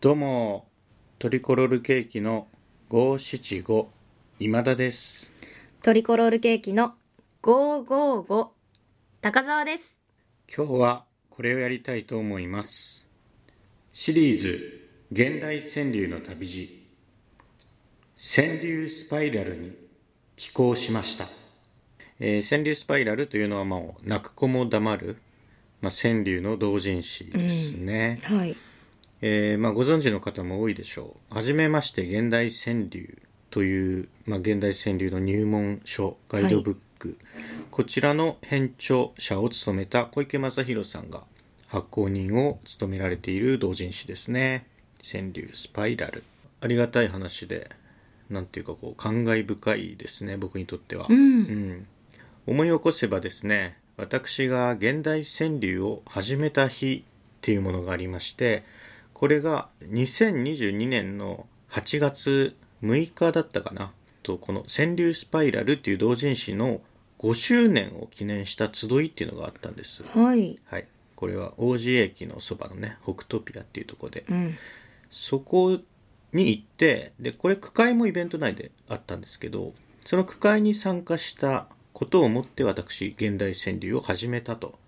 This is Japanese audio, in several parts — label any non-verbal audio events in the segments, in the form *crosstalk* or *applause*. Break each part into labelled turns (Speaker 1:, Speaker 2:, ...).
Speaker 1: どうも、トリコロールケーキの五七五今田です。
Speaker 2: トリコロールケーキの555高澤です
Speaker 1: 今日はこれをやりたいと思います。シリーズ現代川柳の旅路川柳スパイラルに寄稿しました。えー川柳スパイラルというのはもう泣く子も黙る、まあ、川柳の同人誌ですね。
Speaker 2: はい
Speaker 1: えーまあ、ご存知の方も多いでしょう。はじめまして現代川柳という、まあ、現代川柳の入門書ガイドブック、こちらの編著者を務めた小池正弘さんが発行人を務められている同人誌ですね。川柳スパイラル。ありがたい話で、なんていうかこう、感慨深いですね、僕にとっては。うん思い起こせばですね私が現代川柳を始めた日っていうものがありましてこれが2022年の8月6日だったかなとこの「川柳スパイラル」っていう同人誌の5周年を記念した集いっていうのがあったんです。
Speaker 2: はい
Speaker 1: はい、これは王子駅のそばのね北トピアっていうところで
Speaker 2: うん
Speaker 1: そこに行ってでこれ区会もイベント内であったんですけどその区会に参加したことをもって私現代川柳を始めたと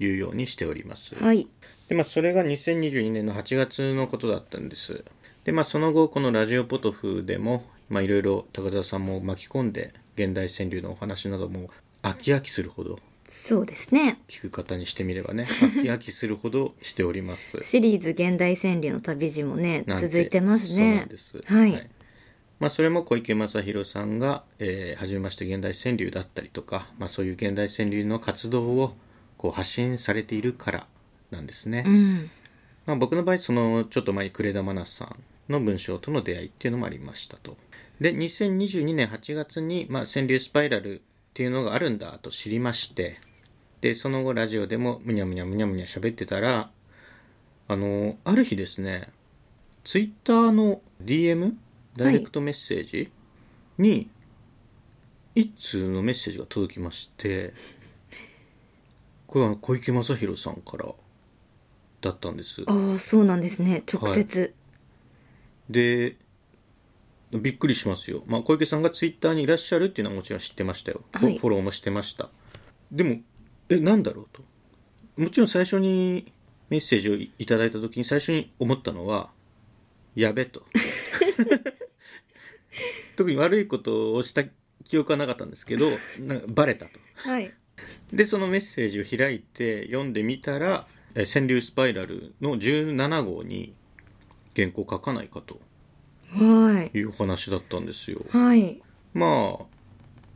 Speaker 1: いうようにしております、
Speaker 2: はい
Speaker 1: でまあそれが2022年の8月のことだったんですでまあその後このラジオポトフでもまあいろいろ高澤さんも巻き込んで現代川柳のお話なども飽き飽きするほど
Speaker 2: そうですね
Speaker 1: 聞く方にしてみればね飽き飽きするほどしております
Speaker 2: シリーズ現代川柳の旅路もね
Speaker 1: なんて
Speaker 2: 続いてます
Speaker 1: そうな
Speaker 2: ね
Speaker 1: んです。
Speaker 2: はい、
Speaker 1: まあ、それも小池正弘さんが、えー、初めまして現代川柳だったりとか、まあ、そういう現代川柳の活動をこう発信されているからなんですね。
Speaker 2: うん
Speaker 1: まあ、僕の場合そのちょっと前に呉田真奈さんの文章との出会いっていうのもありましたと。で2022年8月に、まあ、川柳スパイラルっていうのがあるんだと知りましてでその後ラジオでもむにゃむにゃむにゃむにゃ喋ってたらあのある日ですねツイッターの DM ダイレクトメッセージに一通のメッセージが届きましてこれは小池正弘さんからだったんです
Speaker 2: ああそうなんですね直接
Speaker 1: でびっくりしますよ、まあ、小池さんがツイッターにいらっしゃるっていうのはもちろん知ってましたよ、
Speaker 2: はい
Speaker 1: フォローもしてましたでもえなんだろうともちろん最初にメッセージをいいただいた時に最初に思ったのはやべ
Speaker 2: *laughs*
Speaker 1: と特に悪いことをした記憶はなかったんですけどなんかバレたと
Speaker 2: はい
Speaker 1: でそのメッセージを開いて読んでみたら「えー川柳スパイラル」の17号に原稿書かないかと
Speaker 2: はい
Speaker 1: いうお話だったんですよ。
Speaker 2: はい
Speaker 1: まあ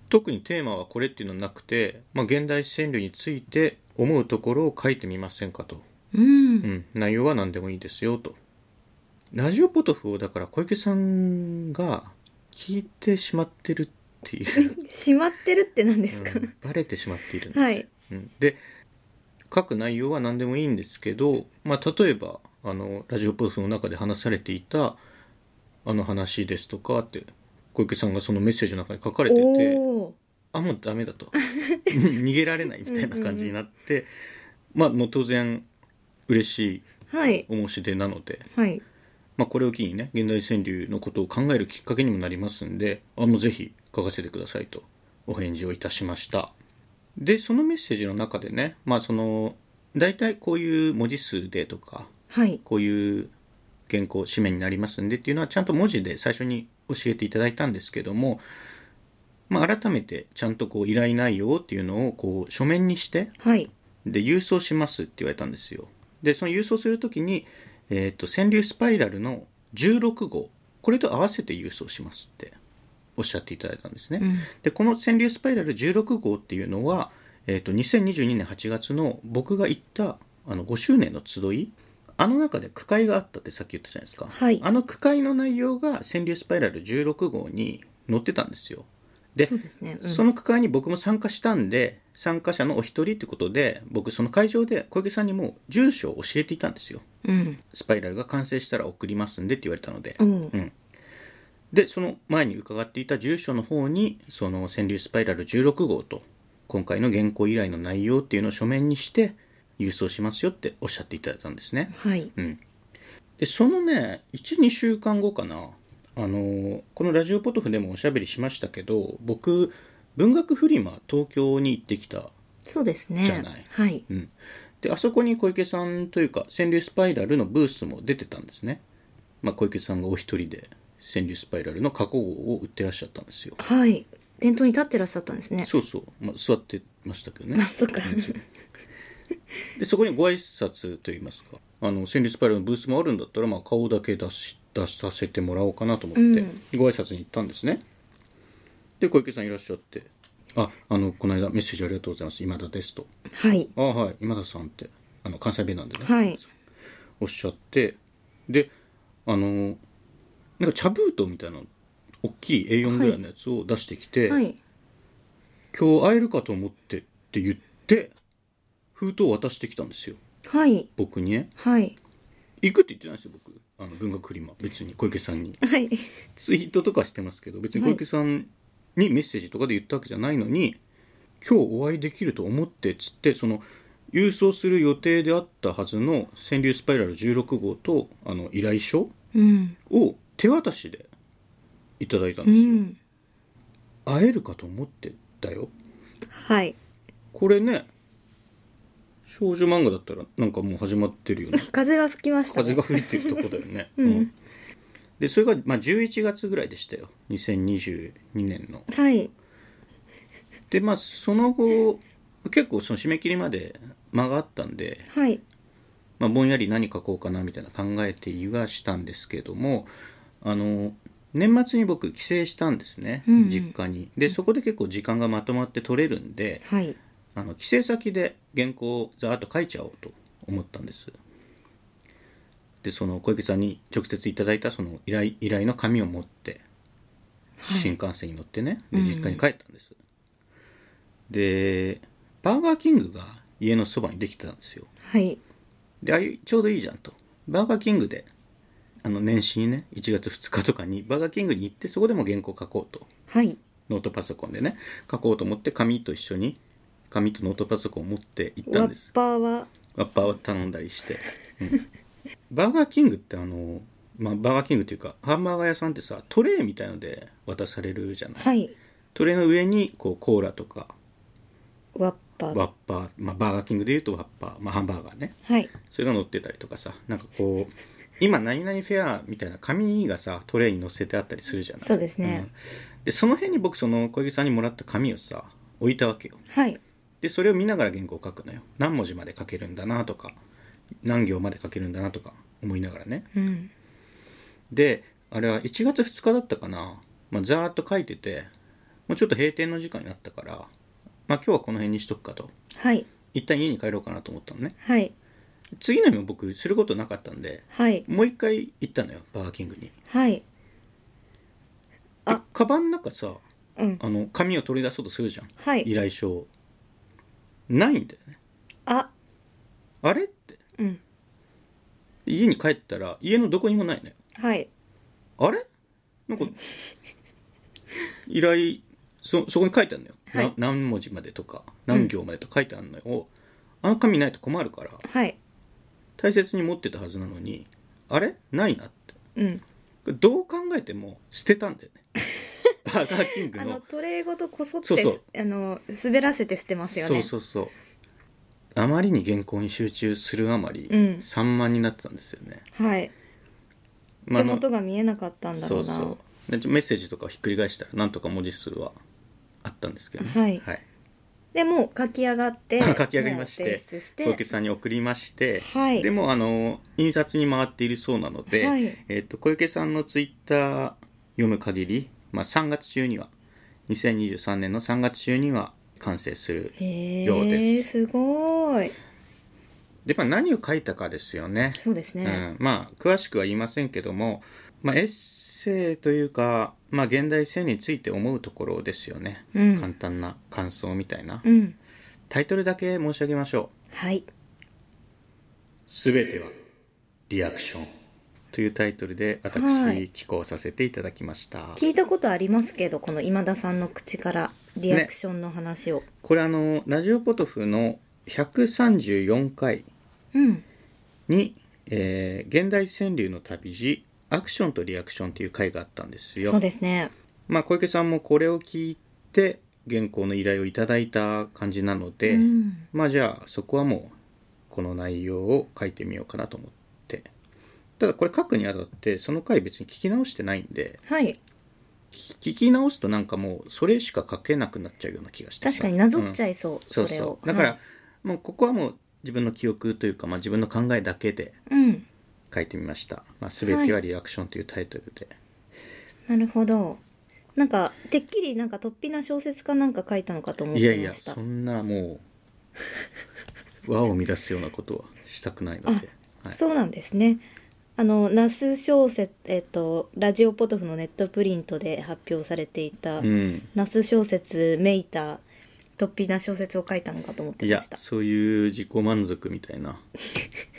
Speaker 1: 特にテーマはこれっていうのはなくて、まあ、現代川柳について思うところを書いてみませんかと、
Speaker 2: うん
Speaker 1: うん、内容は何でもいいですよとラジオポトフをだから小池さんが聞いてしまってるっていう、
Speaker 2: しまってるって何です
Speaker 1: う
Speaker 2: か、
Speaker 1: んバレてしまっているんです、
Speaker 2: はい
Speaker 1: うん、で書く内容は何でもいいんですけど、まあ、例えばあのラジオポーフの中で話されていたあの話ですとかって小池さんがそのメッセージの中に書かれてて
Speaker 2: おお
Speaker 1: あもうダメだ
Speaker 2: *laughs*
Speaker 1: と逃げられないみたいな感じになってまあもう当然嬉しい
Speaker 2: はい
Speaker 1: お申し出なので、
Speaker 2: はい
Speaker 1: まあ、これを機にね現代川柳のことを考えるきっかけにもなりますんであもうぜひ書かせてくださいとお返事をいたしましたでそのメッセージの中でねまあその大体こういう文字数でとか
Speaker 2: はい
Speaker 1: こういう原稿紙面になりますんでっていうのはちゃんと文字で最初に教えていただいたんですけども、まあ、改めてちゃんとこう依頼内容っていうのをこう書面にして
Speaker 2: はい
Speaker 1: で郵送しますって言われたんですよでその郵送するときに、えーと「川柳スパイラル」の16号これと合わせて郵送しますっておっしゃっていただいたんですね、
Speaker 2: ん
Speaker 1: でこの「川柳スパイラル16号」っていうのは、えー、と2022年8月の僕が行ったあの5周年の集いあの中で区会があったってさっき言ったじゃないですか、
Speaker 2: はい
Speaker 1: あの区会の内容が「川柳スパイラル16号」に載ってたんですよで
Speaker 2: そうですね、うん、
Speaker 1: その区会に僕も参加したんで、参加者のお一人ってことで、僕その会場で小池さんにもう住所を教えていたんですよ。
Speaker 2: うん
Speaker 1: スパイラルが完成したら送りますんでって言われたので。
Speaker 2: おー
Speaker 1: で、その前に伺っていた住所の方に、その川柳スパイラル16号と、今回の原稿依頼の内容っていうのを書面にして、郵送しますよっておっしゃっていただいたんですね。
Speaker 2: はい
Speaker 1: うん。でそのね12週間後かなあのこの「ラジオポトフ」でもおしゃべりしましたけど僕文学フリマ東京に行ってきた、
Speaker 2: そうですね
Speaker 1: じゃない
Speaker 2: はい
Speaker 1: うん、であそこに小池さんというか「川柳スパイラル」のブースも出てたんですね、まあ、小池さんがお一人で「川柳スパイラル」の過去号を売ってらっしゃったんですよ
Speaker 2: はい店頭に立ってらっしゃったんですね
Speaker 1: そうそう、まあ、座ってましたけどね
Speaker 2: そっか
Speaker 1: でそこにご挨拶といいますか「あの戦慄スパイラル」のブースもあるんだったら、まあ、顔だけ出し出させてもらおうかなと思って、ご挨拶に行ったんですねで小池さんいらっしゃって「ああのこの間メッセージありがとうございます今田です」と
Speaker 2: はい
Speaker 1: 「あはい今田さん」ってあの関西弁なんでね、
Speaker 2: はい
Speaker 1: おっしゃってであのなんか茶封筒みたいな大きい A4 ぐらいのやつを出してきて、
Speaker 2: はい
Speaker 1: 今日会えるかと思って」って言って封筒を渡してきたんですよ
Speaker 2: はい
Speaker 1: 僕にね
Speaker 2: はい
Speaker 1: 行くって言ってないですよ僕あの文学フリマ別に小池さんに
Speaker 2: はい
Speaker 1: ツイートとかしてますけど別に小池さんにメッセージとかで言ったわけじゃないのに、今日お会いできると思ってっつってその郵送する予定であったはずの「川柳スパイラル16号と」あの依頼書
Speaker 2: うん
Speaker 1: を手渡しでいただいたん
Speaker 2: う
Speaker 1: ですよ、
Speaker 2: ん
Speaker 1: 会えるかと思ってだよ
Speaker 2: はい
Speaker 1: これね少女漫画だったらなんかもう始まってるよね
Speaker 2: 風が吹きました
Speaker 1: 風
Speaker 2: ね
Speaker 1: が吹いてるとこだよね。うんでそれが、まあ、11月ぐらいでしたよ2022年の。
Speaker 2: はい
Speaker 1: でまあその後結構その締め切りまで間があったんで、
Speaker 2: はい
Speaker 1: まあ、ぼんやり何書こうかなみたいな考えていはしたんですけどもあの年末に僕帰省したんですね、
Speaker 2: うんうん
Speaker 1: 実家に。でそこで結構時間がまとまって取れるんで
Speaker 2: はい
Speaker 1: あの帰省先で原稿をざーっと書いちゃおうと思ったんですでその小池さんに直接いただいたその依頼依頼の紙を持って新幹線に乗ってね、で実家に帰ったんです、でバーガーキングが家のそばにできてたんですよ
Speaker 2: はい
Speaker 1: であいちょうどいいじゃんとバーガーキングであの年始にね1月2日とかにバーガーキングに行ってそこでも原稿書こうと
Speaker 2: はい
Speaker 1: ノートパソコンでね書こうと思って紙と一緒に紙とノートパソコンを持って行った
Speaker 2: ワ
Speaker 1: んで
Speaker 2: ッ
Speaker 1: す
Speaker 2: パーは
Speaker 1: ワッパーを頼んだりして、うんバーガーキングってあの、まあ、バーガーキングっていうかハンバーガー屋さんってさトレーみたいので渡されるじゃない、
Speaker 2: はい
Speaker 1: トレーの上にこうコーラとか
Speaker 2: ワッパー
Speaker 1: ワッパー、まあ、バーガーキングでいうとワッパー、まあ、ハンバーガーね
Speaker 2: はい
Speaker 1: それが乗ってたりとかさなんかこう今何々フェアみたいな紙がさトレーに載せてあったりするじゃない
Speaker 2: そうですね
Speaker 1: うんでその辺に僕その小池さんにもらった紙をさ置いたわけよ
Speaker 2: はい
Speaker 1: でそれを見ながら原稿を書くのよ何文字まで書けるんだなとか何行まで書けるんだなとか思いながらね
Speaker 2: うん
Speaker 1: であれは1月2日だったかな、まあ、ざーっと書いててもうちょっと閉店の時間になったから、まあ、今日はこの辺にしとくかと
Speaker 2: はい
Speaker 1: 一旦家に帰ろうかなと思ったのね
Speaker 2: はい
Speaker 1: 次の日も僕することなかったんで
Speaker 2: はい
Speaker 1: もう一回行ったのよバーガーキングに
Speaker 2: はい
Speaker 1: でカバンの中さ
Speaker 2: うん
Speaker 1: あの紙を取り出そうとするじゃん
Speaker 2: はい
Speaker 1: 依頼書をないんだよね
Speaker 2: あ
Speaker 1: あれって
Speaker 2: うん
Speaker 1: 家に帰ったら家のどこにもないのよ
Speaker 2: はい
Speaker 1: あれなんか依頼そそこに書いてあるのよ、
Speaker 2: はい
Speaker 1: な何文字までとか何行までとか書いてあるのよ、あの紙ないと困るから
Speaker 2: はい
Speaker 1: 大切に持ってたはずなのにあれないなって
Speaker 2: うん
Speaker 1: これどう考えても捨てたんだ
Speaker 2: *laughs*
Speaker 1: よねバーガーキング
Speaker 2: あ
Speaker 1: の
Speaker 2: のトレーごとこそって
Speaker 1: そうそう
Speaker 2: あの滑らせて捨てますよ
Speaker 1: そ
Speaker 2: ね
Speaker 1: うそうそうあまりに原稿に集中するあまり、
Speaker 2: うん
Speaker 1: 散漫になってたんですよね、
Speaker 2: はい
Speaker 1: まあ
Speaker 2: 手
Speaker 1: あの
Speaker 2: 元が見えなかったんだ
Speaker 1: そ
Speaker 2: ろ
Speaker 1: う
Speaker 2: うな
Speaker 1: そうでちょメッセージとかをひっくり返したらなんとか文字数はあったんですけどね
Speaker 2: はいでもう書き上がって
Speaker 1: *laughs* 書き上がりまし
Speaker 2: もう
Speaker 1: て
Speaker 2: 提出し
Speaker 1: 小池
Speaker 2: て
Speaker 1: さんに送りまして、
Speaker 2: はい
Speaker 1: でもあの印刷に回っているそうなので、
Speaker 2: はい
Speaker 1: えっと小池さんのツイッター読む限り、まあ、3月中には2023年の3月中には完成する
Speaker 2: へ
Speaker 1: ようで
Speaker 2: え
Speaker 1: す
Speaker 2: すごい
Speaker 1: で、まあ、何を書いたかですよね
Speaker 2: そうですね、
Speaker 1: うん、まあ詳しくは言いませんけども、まあ、エッセイというか、まあ、現代性について思うところですよね、
Speaker 2: うん
Speaker 1: 簡単な感想みたいな、
Speaker 2: うん、
Speaker 1: タイトルだけ申し上げましょ
Speaker 2: はい、
Speaker 1: う「すべてはリアクション」というタイトルで私、
Speaker 2: はい
Speaker 1: 寄稿させていただきました
Speaker 2: 聞いたことありますけどこの今田さんの口からリアクションの話を、
Speaker 1: これあのラジオポトフの134回
Speaker 2: うん
Speaker 1: にえー現代川柳の旅路アクションとリアクションという回があったんですよ
Speaker 2: そうですね
Speaker 1: まあ、小池さんもこれを聞いて原稿の依頼をいただいた感じなので、
Speaker 2: うん
Speaker 1: まあじゃあそこはもうこの内容を書いてみようかなと思ってただこれ書くにあたってその回別に聞き直してないんで
Speaker 2: はい
Speaker 1: 聞き聞き直すとなんかもうそれしか書けなくなっちゃうような気がして
Speaker 2: 確かになぞっちゃ
Speaker 1: い、
Speaker 2: いそう、
Speaker 1: うんそう
Speaker 2: れ
Speaker 1: そ
Speaker 2: を
Speaker 1: うだから、
Speaker 2: はい
Speaker 1: もうここはもう自分の記憶というか、まあ、自分の考えだけで
Speaker 2: うん
Speaker 1: 書いてみました「まあ、全てはリアクション」というタイトルで、
Speaker 2: なるほどなんかてっきりなんか突飛な小説かなんか書いたのかと思っ
Speaker 1: いや
Speaker 2: て
Speaker 1: いや
Speaker 2: ました
Speaker 1: そんなもう和を乱すようなことはしたくないので、はい、
Speaker 2: そうなんですね。あの那須小説えっとラジオポトフのネットプリントで発表されていた、
Speaker 1: うん
Speaker 2: 那須小説めいた突飛な小説を書いたのかと思って
Speaker 1: い
Speaker 2: ま
Speaker 1: や
Speaker 2: した。
Speaker 1: そういう自己満足みたいな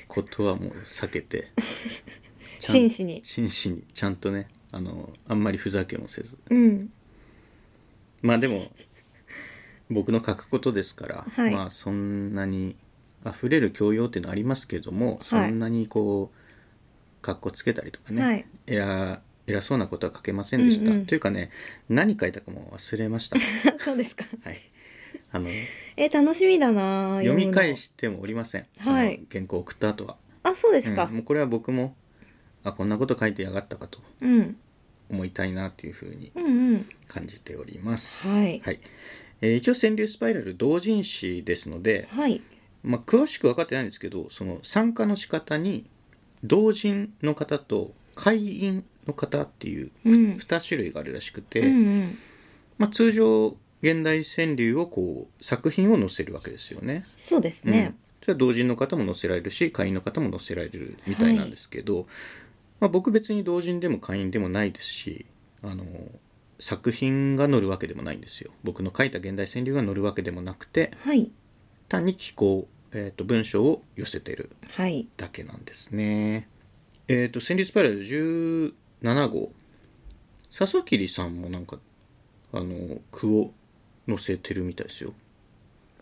Speaker 1: ことはもう避けてちゃん
Speaker 2: 真摯に
Speaker 1: 真摯にちゃんとねあのあんまりふざけもせず
Speaker 2: うん *laughs*
Speaker 1: まあでも僕の書くことですから、
Speaker 2: はい
Speaker 1: まあそんなに溢れる教養っていうのはありますけども、そんなにこうかっこつけたりとかね、
Speaker 2: はい
Speaker 1: 偉偉そうなことは書けませんでした、
Speaker 2: うんうん
Speaker 1: というかね何書いたかも忘れま
Speaker 2: *laughs*
Speaker 1: した
Speaker 2: そうですか。
Speaker 1: はいあの
Speaker 2: え楽しみだな
Speaker 1: 読み返
Speaker 2: し
Speaker 1: してもおりません、
Speaker 2: はい
Speaker 1: あの原稿送った後は
Speaker 2: あそうですか
Speaker 1: うん。もうこれは僕もあこんなこと書いてやがったかと
Speaker 2: うん、
Speaker 1: 思いたいなというふうに
Speaker 2: うん、うん
Speaker 1: 感じております。
Speaker 2: はい
Speaker 1: えー一応川柳スパイラル同人誌ですので、
Speaker 2: はい
Speaker 1: まあ、詳しく分かってないんですけどその参加の仕方に同人の方と会員の方っていう
Speaker 2: うん
Speaker 1: 2種類があるらしくて、
Speaker 2: うんうん
Speaker 1: まあ、通常現代川柳をこう作品を載せるわけですよね。
Speaker 2: そうです
Speaker 1: う
Speaker 2: ね
Speaker 1: ん。、それは同人の方も載せられるし会員の方も載せられるみたいなんですけど、まあ、僕別に同人でも会員でもないですしあの作品が載るわけでもないんですよ僕の書いた現代川柳が載るわけでもなくて
Speaker 2: はい
Speaker 1: 単に寄稿、えー、と文章を寄せてる
Speaker 2: はい
Speaker 1: だけなんですねえっ、と川柳スパイラル17号笹桐さんもなんかあの句を載せてるみたいですよ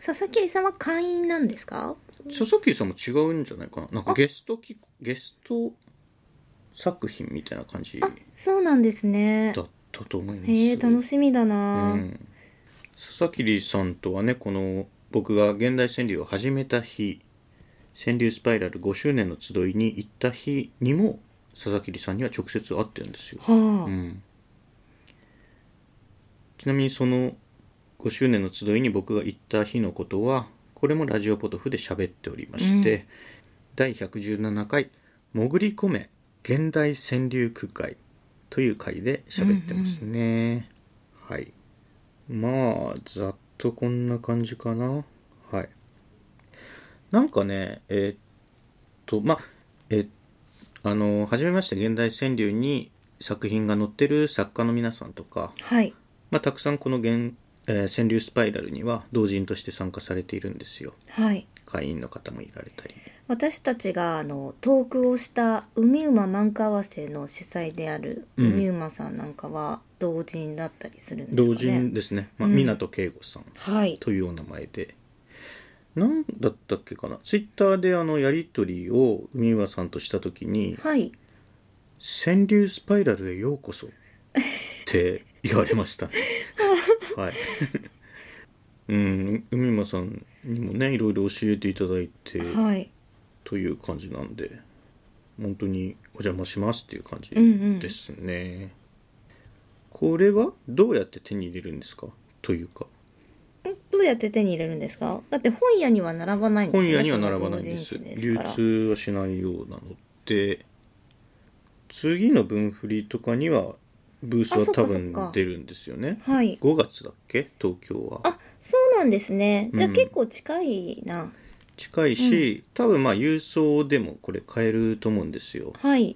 Speaker 2: 佐々木さんは会員なんですか？
Speaker 1: 佐々木さんも違うんじゃないかななんかゲストきゲスト作品みたいな感じだ
Speaker 2: そうなんですね。
Speaker 1: ったと思います
Speaker 2: へえ楽
Speaker 1: し
Speaker 2: しみだ
Speaker 1: う
Speaker 2: な。
Speaker 1: ん、佐々木さんとはねこの僕が現代川柳を始めた日川柳スパイラル5周年の集いに行った日にも佐々木さんには直接会ってるんですよ、
Speaker 2: は
Speaker 1: う
Speaker 2: あ、
Speaker 1: ん、ちなみにその5周年の集いに僕が行った日のことはこれもラジオポトフで喋っておりまして、第117回「潜り込め現代川柳区会」という回で喋ってますね、はいまあざっとこんな感じかなはいなんかねえーっとまあえっあの初めまして現代川柳に作品が載ってる作家の皆さんとか、
Speaker 2: はい。
Speaker 1: まあ、たくさんこの現、えー川柳スパイラルには同人として参加されているんですよ
Speaker 2: はい。
Speaker 1: 会員の方もいられたり
Speaker 2: 私たちがあのトークをした海馬満開合わせの主催である
Speaker 1: うん
Speaker 2: 海馬さんなんかは同人だったりするんですかね。
Speaker 1: 同人ですね、まあ、
Speaker 2: うん
Speaker 1: 湊圭吾さん
Speaker 2: はい。
Speaker 1: というお名前で何だったっけかなツイッターであのやり取りを海浦さんとした時に
Speaker 2: はい。
Speaker 1: 「川柳スパイラルへようこそ」って言われま
Speaker 2: *laughs*
Speaker 1: したねはい *laughs* うん海馬さんにもねいろいろ教えていただいて
Speaker 2: はい。
Speaker 1: という感じなんで本当にお邪魔しますっていう感じ
Speaker 2: うんうん
Speaker 1: ですね、これはどうやって手に入れるんですかというか
Speaker 2: んどうやって手に入れるんですか？だって本屋には並ばないんですよ
Speaker 1: 本
Speaker 2: ね
Speaker 1: 屋には並ばないんです
Speaker 2: この同人誌
Speaker 1: 流
Speaker 2: から
Speaker 1: 通はしないようなので次の分振りとかにはブースは
Speaker 2: あそっ
Speaker 1: 多
Speaker 2: かそっか
Speaker 1: 分出るんですよね
Speaker 2: はい。
Speaker 1: 5月だっけ東京は
Speaker 2: あ、そうなんですね。じゃあ
Speaker 1: うん
Speaker 2: 結構近いな。
Speaker 1: 近いし、多分まあ郵送でもこれ買えると思うんですよ
Speaker 2: はい。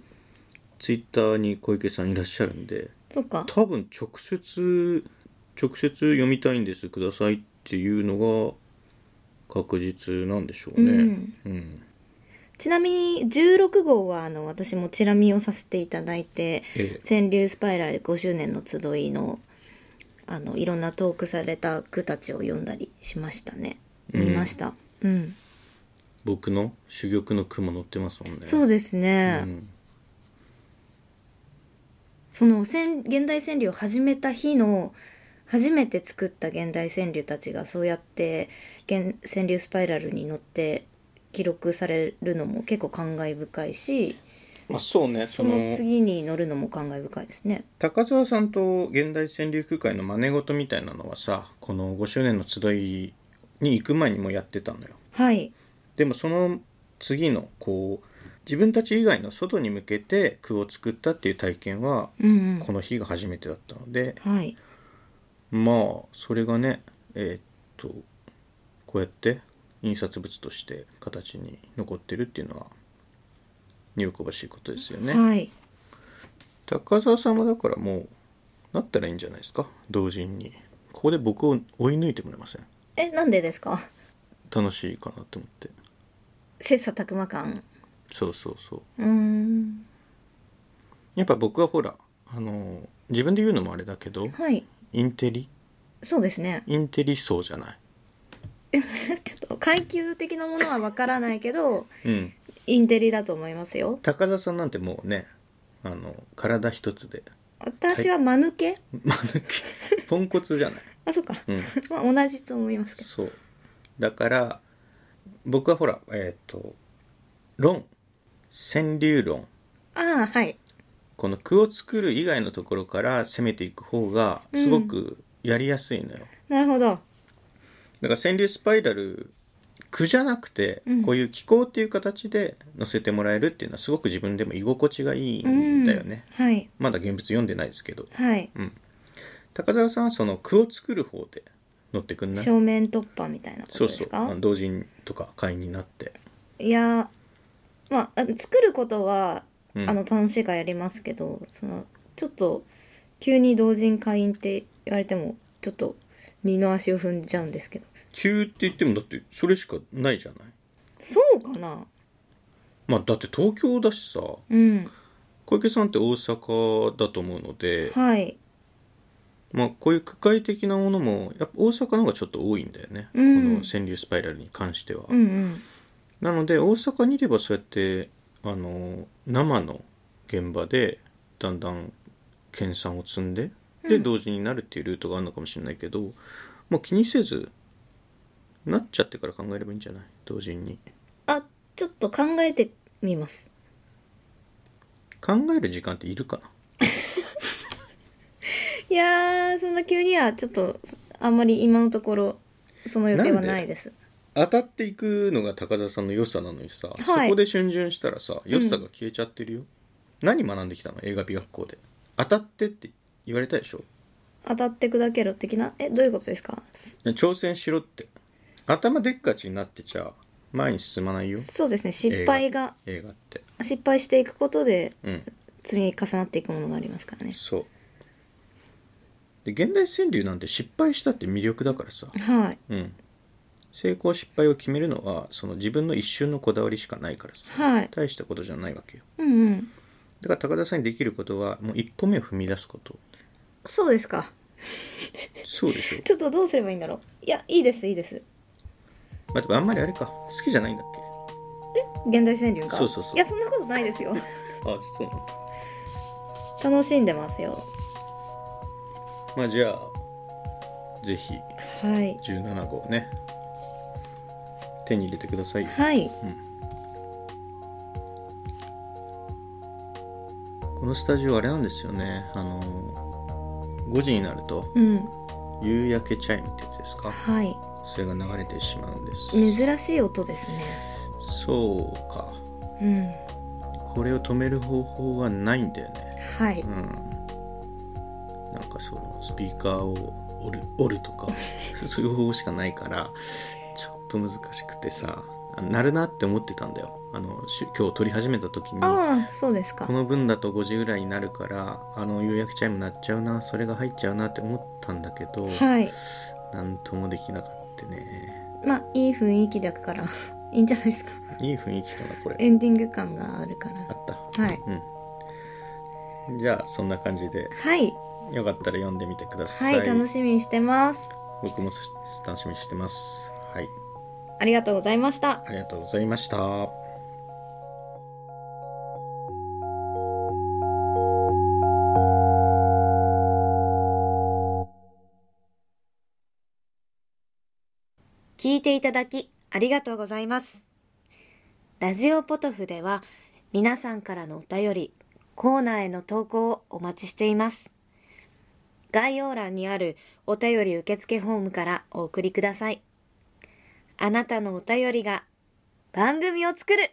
Speaker 1: ツイッターに小池さんいらっしゃるんで
Speaker 2: そっか。
Speaker 1: 多分直接直接読みたいんですくださいっていうのが確実なんでしょうね、
Speaker 2: うん
Speaker 1: うん
Speaker 2: ちなみに16号はあの私もチラ見をさせていただいて
Speaker 1: ええ
Speaker 2: 「川柳スパイラル5周年の集いの」あのいろんなトークされた句たちを読んだりしましたね
Speaker 1: うん
Speaker 2: 見ましたうん、
Speaker 1: 僕の珠玉の雲載ってますもんね
Speaker 2: そう
Speaker 1: で
Speaker 2: ですね、
Speaker 1: ん、
Speaker 2: その川現代川柳を始めた日の初めて作った現代川柳たちがそうやって現川柳スパイラルに乗って記録されるのも結構感慨深いし
Speaker 1: まあそうねそ
Speaker 2: そ
Speaker 1: の
Speaker 2: の次に乗るのも感慨深いですね。
Speaker 1: 高澤さんと現代川柳空会の真似事みたいなのはさこの5周年の集いに行く前にもやってたのよ
Speaker 2: はい、
Speaker 1: でもその次のこう自分たち以外の外に向けて句を作ったっていう体験は
Speaker 2: うん
Speaker 1: この日が初めてだったので、
Speaker 2: うん、はい、
Speaker 1: まあそれがねえーっとこうやって印刷物として形に残ってるっていうのは喜ばしいことですよね、
Speaker 2: はい
Speaker 1: 高澤さんはだからもうなったらいいんじゃないですか同人にここで僕を追い抜いてもらえません
Speaker 2: えなんでですか *laughs*
Speaker 1: 楽しいかなと思って
Speaker 2: 切磋琢磨感
Speaker 1: そうそうそう
Speaker 2: うーん
Speaker 1: やっぱ僕はほらあのー自分で言うのもあれだけど
Speaker 2: はい
Speaker 1: インテリ
Speaker 2: そうですね
Speaker 1: インテリ層じゃない
Speaker 2: ちょっと階級的なものはわからないけど
Speaker 1: うん
Speaker 2: インテリだと思いますよ
Speaker 1: 高澤さんなんてもうねあの体一つで
Speaker 2: 私は間抜け、
Speaker 1: まあなんかポンコツじゃない
Speaker 2: あそっか、
Speaker 1: うん
Speaker 2: まあ同じと思いますけど
Speaker 1: そうだから僕はほらえっ、と論川柳論
Speaker 2: ああはい
Speaker 1: この句を作る以外のところから攻めていく方がすごくやりやすいのよ、
Speaker 2: なるほど
Speaker 1: だから川柳スパイラル句じゃなくて、
Speaker 2: うん
Speaker 1: こういう気候っていう形で載せてもらえるっていうのはすごく自分でも居心地がいいんだよね、
Speaker 2: うんはい
Speaker 1: まだ現物読んでないですけど
Speaker 2: はい
Speaker 1: 高澤さんはその句を作る方で乗ってくんない
Speaker 2: 正面突破みたいなこ
Speaker 1: そ
Speaker 2: と
Speaker 1: う
Speaker 2: で
Speaker 1: そ
Speaker 2: す
Speaker 1: う
Speaker 2: か
Speaker 1: あの同人とか会員になって、
Speaker 2: いやまああ作ることは、
Speaker 1: うん
Speaker 2: あの楽しいからやりますけどそのちょっと急に同人会員って言われてもちょっと二の足を踏んじゃうんですけど
Speaker 1: 急って言ってもだってそれしかないじゃない
Speaker 2: そうかな
Speaker 1: まあだって東京だしさ
Speaker 2: うん
Speaker 1: 小池さんって大阪だと思うので、
Speaker 2: はい
Speaker 1: まあ、こういう区会的なものもやっぱ大阪の方がちょっと多いんだよね、
Speaker 2: うん
Speaker 1: この川柳スパイラルに関しては、
Speaker 2: うんうん
Speaker 1: なので大阪にいればそうやってあの生の現場でだんだん研鑽を積んでで
Speaker 2: うん
Speaker 1: 同時になるっていうルートがあるのかもしれないけど、もう気にせずなっちゃってから考えればいいんじゃない同時に
Speaker 2: あちょっと考えてみます
Speaker 1: 考える時間っているかない
Speaker 2: やーそんな急にはちょっとあんまり今のところその予定はないです
Speaker 1: 当たっていくのが高田さんの良さなのにさ、
Speaker 2: い
Speaker 1: そこで逡巡したらさ良さが消えちゃってるよ、何学んできたの映画美学校で当たってって言われたでしょ
Speaker 2: 当たって砕けろ的なえどういうことですかそ
Speaker 1: 挑戦しろって頭でっかちになってちゃ前に進まないよ
Speaker 2: そうですね失敗が
Speaker 1: 映画って
Speaker 2: 失敗していくことで
Speaker 1: うん
Speaker 2: 積み重なっていくものがありますからね
Speaker 1: そうで現代川柳なんて失敗したって魅力だからさ
Speaker 2: はい
Speaker 1: うん成功失敗を決めるのはその自分の一瞬のこだわりしかないからさ
Speaker 2: はい
Speaker 1: 大したことじゃないわけよ
Speaker 2: うんうん
Speaker 1: だから高田さんにできることはもう一歩目を踏み出すこと
Speaker 2: そうですか
Speaker 1: そうでしょ
Speaker 2: ちょっとどうすればいいんだろういやいいですいいです
Speaker 1: まあ、でもあんまりあれか好きじゃないんだっけ
Speaker 2: 現代川柳が
Speaker 1: そうそうそう
Speaker 2: やそんなことないですよ
Speaker 1: あそうなの
Speaker 2: 楽しんでますよ
Speaker 1: まあじゃあぜひ
Speaker 2: はい
Speaker 1: 17号ね手に入れてくださいよ
Speaker 2: はい
Speaker 1: このスタジオあれなんですよねあの5時になると
Speaker 2: うん
Speaker 1: 夕焼けチャイムってやつですか
Speaker 2: はい
Speaker 1: それが流れてしまうんです、
Speaker 2: 珍しい音です
Speaker 1: そうか
Speaker 2: ね
Speaker 1: これを止める方法はないんだよね
Speaker 2: うんはい
Speaker 1: うんなんかそのスピーカーを折る折ると
Speaker 2: *laughs*
Speaker 1: かそういう方法しかないからちょっと難しくてさあなるなって思ってたんだよあのし今日撮り始めた時に
Speaker 2: ああそうですか
Speaker 1: この分だと5時ぐらいになるからあの夕焼けチャイム鳴っちゃうなそれが入っちゃうなって思ったんだけど、
Speaker 2: はい
Speaker 1: なんともできなかったね
Speaker 2: まあいい雰囲気だから *laughs* いいんじゃないですか
Speaker 1: いい雰囲気だなこれ
Speaker 2: エンディング感があるか
Speaker 1: あ
Speaker 2: ら
Speaker 1: った
Speaker 2: はい
Speaker 1: じゃあそんな感じで
Speaker 2: はい
Speaker 1: よかったら読んでみてくださ、
Speaker 2: はいい楽しみにしてます
Speaker 1: 僕も楽しみにしてますはい
Speaker 2: ありがとうございました。
Speaker 1: ありがとうございました。
Speaker 2: 聞いていただきありがとうございます。ラジオポトフでは皆さんからのお便り、コーナーへの投稿をお待ちしています。概要欄にあるお便り受付フォームからお送りください。あなたのお便りが番組を作る